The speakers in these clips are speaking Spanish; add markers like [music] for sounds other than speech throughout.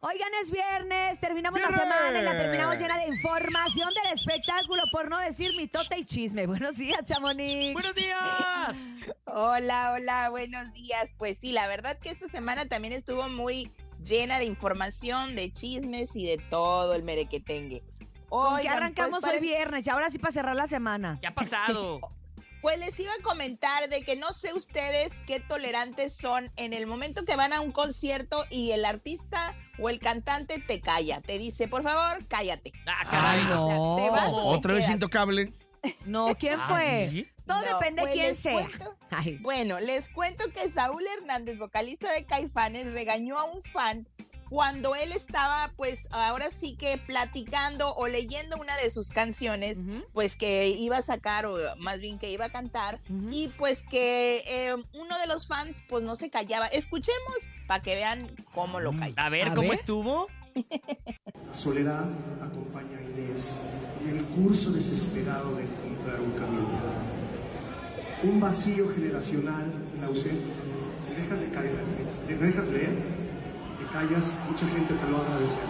Oigan, es viernes, terminamos la ¡Viernes! semana y la terminamos llena de información del espectáculo, por no decir mitote y chisme. [laughs] Buenos días, Chamonix. ¡Buenos días! Hola, hola, buenos días. Pues sí, la verdad que esta semana también estuvo muy llena de información, de chismes y de todo el merequetengue. ¿Con Hoy qué arrancamos pues, el viernes? Y ahora sí para cerrar la semana. ¿Qué ha [laughs] pasado? pues les iba a comentar de que no sé ustedes qué tolerantes son en el momento que van a un concierto y el artista o el cantante te calla, te dice, por favor, cállate. ¡Ah, Ay, caray! no. te vas o te Otra vez quedas. intocable. [laughs] No, ¿quién ¿Ah, fue? sí? Todo No, depende pues, quién les sea. [laughs] cuento Ay, Bueno, les cuento que Saúl Hernández, vocalista de Caifanes, regañó a un fan cuando él estaba, pues ahora sí que platicando o leyendo una de sus canciones, ujú, pues que iba a sacar, o más bien que iba a cantar, ujú. y pues que eh, uno de los fans, pues no se callaba. Escuchemos para que vean cómo lo calla. A ver, A ¿cómo ver. estuvo? Soledad acompaña a Inés en el curso desesperado de encontrar un camino. Un vacío generacional en la ausencia. Si dejas de caer, si te dejas leer, te callas, mucha gente te lo va a agradecer.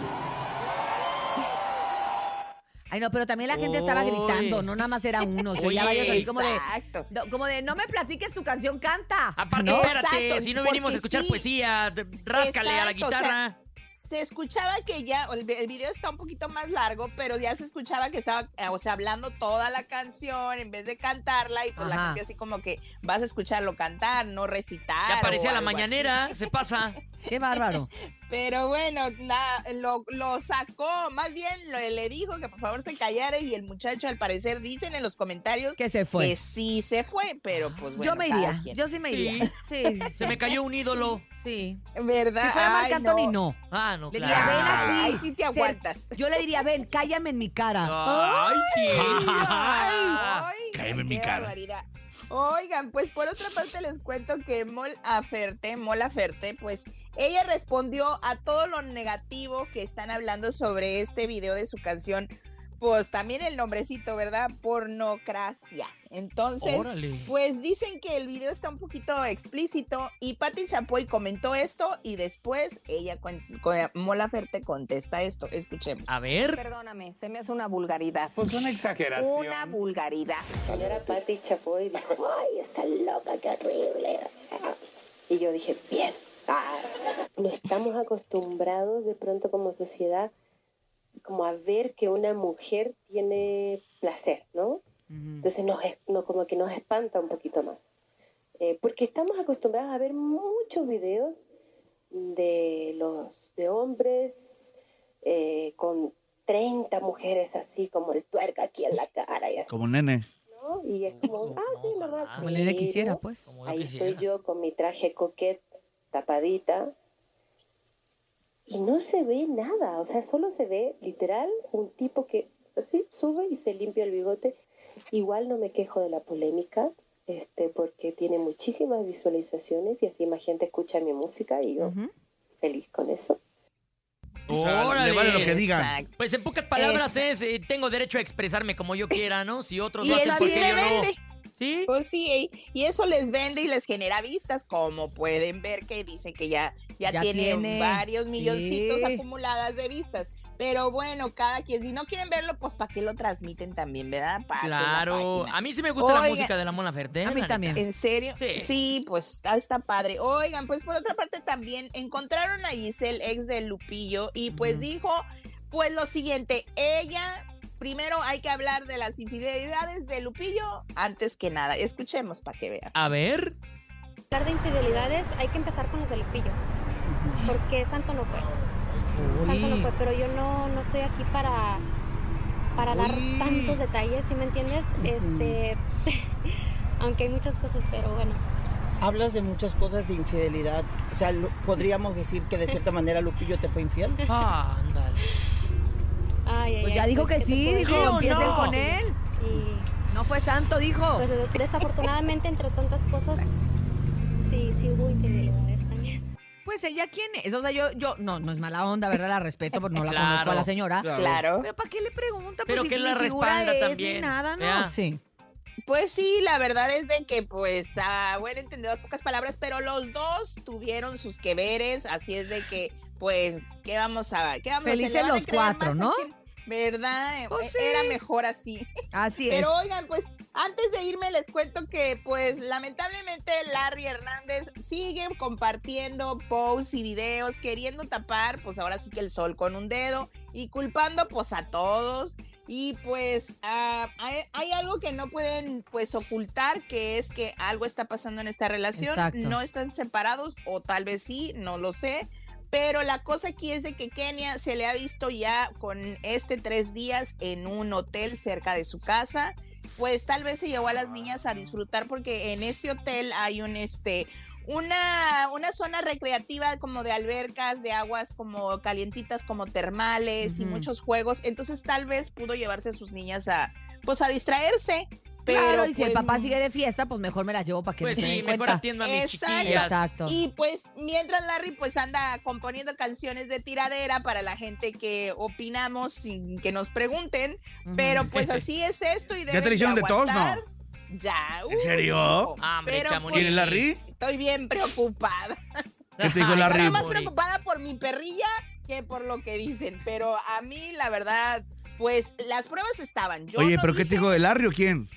Ay, no, pero también la gente estaba Uy. gritando, no nada más era uno. Se oía Oye, varios así como de, Exacto. no, como de, no me platiques tu canción, canta. Aparte, No, espérate, exacto, si no porque venimos a escuchar sí. poesía, d- ráscale a la Exacto, o sea, guitarra. se escuchaba que ya, el vi- el video está un poquito más largo, pero ya se escuchaba que estaba, eh, o sea, hablando toda la canción en vez de cantarla y pues Ajá. la gente así como que vas a escucharlo cantar, no recitar. ya parecía o la algo mañanera, así. se pasa. Qué [laughs] bárbaro. Pero bueno, la- lo, lo sacó, más bien lo- le dijo que por favor se callara y el muchacho al parecer dicen en los comentarios Que se fue. que sí se fue, pero pues bueno. yo me cada iría, quien. yo sí me [laughs] iría. Sí, sí, Se me cayó un ídolo. sí. ¿Verdad? Si fuera Marc Ah, Ay, Anthony, no. no. Ah, no, Le claro. diría, "Ven aquí". Ahí sí te Se- aguantas. Yo le diría, ven, cállame en mi cara. Ah, [laughs] ¡Ay, sí! Oigan, Cáeme en mi qué cara. barbaridad. Oigan, pues por otra parte les cuento que Mol Aferte, Mol Aferte, pues ella respondió a todo lo negativo que están hablando sobre este video de su canción, pues también el nombrecito, ¿verdad? Pornocracia. Entonces, ¡Órale! pues dicen que el video está un poquito explícito y Patti Chapoy comentó esto y después ella, con, con- Mol Aferte contesta esto. Escuchemos. A ver. Perdóname, se me hace una vulgaridad. Pues una exageración. Una vulgaridad. señora Patti Chapoy dijo, ay, está loca, qué horrible. Y yo dije, bien. Ah. No estamos acostumbrados de pronto como sociedad como a ver que una mujer tiene placer, ¿no? Entonces nos, es- no- como que nos espanta un poquito más. Eh, porque estamos acostumbrados a ver muchos videos de los de hombres eh, con 30 mujeres así como el tuerca aquí en la cara y así. Como nene. ¿no? Y es como, Pues, No, ah, sí, no, ¿verdad? ojalá. Como le quisiera, ¿no? pues. Como yo Ahí quisiera. estoy yo con mi traje coquet tapadita. Y no se ve nada, o sea, solo se ve literal un tipo que así sube y se limpia el bigote. Igual no me quejo de la polémica, este, porque tiene muchísimas visualizaciones y así más gente escucha mi música y yo Ujú. feliz con eso. O sea, ¡Órale! le vale lo que digan. Exacto. Pues en pocas palabras Esa. es, eh, tengo derecho a expresarme como yo quiera, ¿no? Si otros Este. lo Y el hacen, ¿por qué chisme yo no? vende. ¿Sí? Pues sí, y- y eso les vende y les genera vistas, como pueden ver que dice que ya, ya, Ya tienen tiene, varios milloncitos sí. acumuladas de vistas. Pero bueno, cada quien, si no quieren verlo, pues para qué lo transmiten también, ¿verdad? Pasen la Claro. página. A mí sí me gusta la Oiga. música de la Mona Ferte. A mí la también. neta. ¿En serio? Sí. Sí. pues está, está padre. Oigan, pues por otra parte también encontraron a Giselle, ex de Lupillo, y pues Ujú. dijo, pues lo siguiente, ella, primero hay que hablar de las infidelidades de Lupillo antes que nada. Escuchemos para que vean. A ver. hablar de infidelidades hay que empezar con los de Lupillo, porque Santo no fue, Santo no fue, pero yo no, no estoy aquí para, para dar Uy. tantos detalles, ¿sí me entiendes? Este, [laughs] aunque hay muchas cosas, pero bueno. Hablas de muchas cosas de infidelidad. O sea, lo- podríamos decir que de cierta manera Lupillo te fue infiel. Ah, ándale. [laughs] Ay, ay, Pues ya ay, dijo pues, que ¿qué te sí, puedo dijo, decir? empiecen no? con él. Y No fue santo, dijo. pues des- desafortunadamente entre tantas cosas, sí, sí hubo infidelidades también. Pues ella quién es. O sea, yo, yo, no, no es mala onda, ¿verdad? La respeto porque no la Claro. conozco a la señora. Ah, Claro. Pero ¿para qué le pregunta? Pero pues, que si la ni figura respalda es, Ni también. nada, no Ya. Sí. Pues sí, la verdad es de que, pues, a buen entendedor, pocas palabras, pero los dos tuvieron sus que veres, así es de que, pues, ¿qué vamos a, qué vamos a hacer? Felices ¿Le van a los creer más cuatro, a ¿no? quién? ¿Verdad? Pues Eh, sí. Era mejor así. Así es. Pero oigan, pues antes de irme les cuento que pues lamentablemente Larry Hernández sigue compartiendo posts y videos queriendo tapar pues ahora sí que el sol con un dedo y culpando pues a todos. Y pues ah, hay, hay algo que no pueden pues ocultar, que es que algo está pasando en esta relación. Exacto. No están separados o tal vez sí, no lo sé. Pero la cosa aquí es de que Kenia se le ha visto ya con este tres días en un hotel cerca de su casa. Pues tal vez se llevó a las niñas a disfrutar porque en este hotel hay un este una, una zona recreativa como de albercas, de aguas como calientitas, como termales y Ujú. muchos juegos. Entonces tal vez pudo llevarse a sus niñas a pues a distraerse. Pero claro, y si el pues, papá sigue de fiesta, pues mejor me las llevo para que Pues me sí, den mejor cuenta. atiendo a mis Exacto. chiquillas. Exacto. Y pues mientras Larry pues anda componiendo canciones de tiradera para la gente que opinamos sin que nos pregunten, Ujú. pero [laughs] pues así es esto y deben te le hicieron de tos, no? aguantar. Ya. ¿En uy, serio? no. Ah, hombre, Pero, Chamonix. pues, ¿Tiene Larry? Estoy bien preocupada. ¿Qué te dijo Ay, Larry? Estoy más Chamonix. preocupada por mi perrilla que por lo que dicen, pero a mí la verdad pues las pruebas estaban. Yo Oye, no ¿pero qué te dije- dijo de Larry o quién?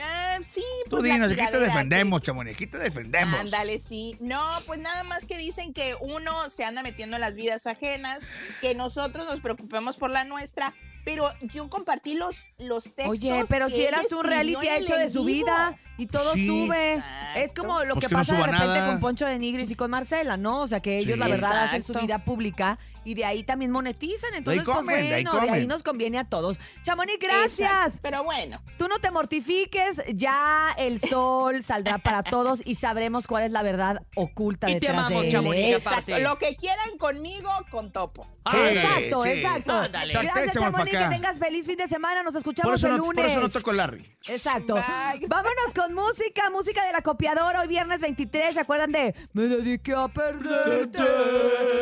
Ah, sí, Tú pues, la dinos, aquí te tiradera que- defendemos, chamones, aquí te defendemos. Ándale, sí. No, pues nada más que dicen que uno se anda metiendo en las vidas ajenas, que nosotros nos preocupemos por la nuestra, pero yo compartí los, los textos. Oye, pero que si ella eras un escribió reality en el hecho de en su vivo. vida y todo Sí. sube. Exacto. Es como lo Pues que, que no pasa de suba repente nada. con Poncho de Nigris y con Marcela, ¿no? O sea, que ellos Sí. la verdad hacen su Exacto. vida pública y de ahí también monetizan. Entonces, pues comen, de ahí bueno, de ahí comen. nos conviene a todos. Chamonix, Exacto, gracias. Pero bueno, Tú no te mortifiques, ya el [laughs] sol saldrá para todos y sabremos cuál es la verdad oculta Y te detrás amamos, de él. Chamonix. ¿eh? exacto. aparte- Lo que quieran conmigo, con topo. Ándale. Exacto, sí. exacto. Ándale. Gracias, Exacto, Chamonix, que acá. tengas feliz fin de semana. Nos escuchamos Por eso, el no, lunes. por eso no toco Larry. Exacto. Bye. Vámonos con música, música de la copiadora. Hoy viernes 23, ¿se acuerdan de Me dediqué a perderte?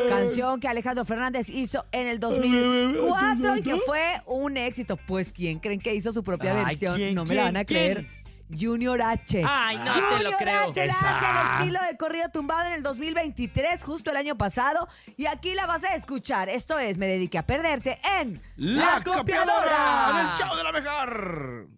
Canción que Alejandro Fernández hizo en el 2004 y que fue un éxito. Pues, ¿quién creen que hizo su propia Ay, versión? ¿quién, no me la quién, van a quién? creer. Junior H. Ay, no te lo Junior creo. H la hace el estilo de corrido tumbado en el 2023, justo el año pasado. Y aquí la vas a escuchar. Esto es Me dediqué a perderte en ¡La copiadora. copiadora! ¡En el chavo de la mejor!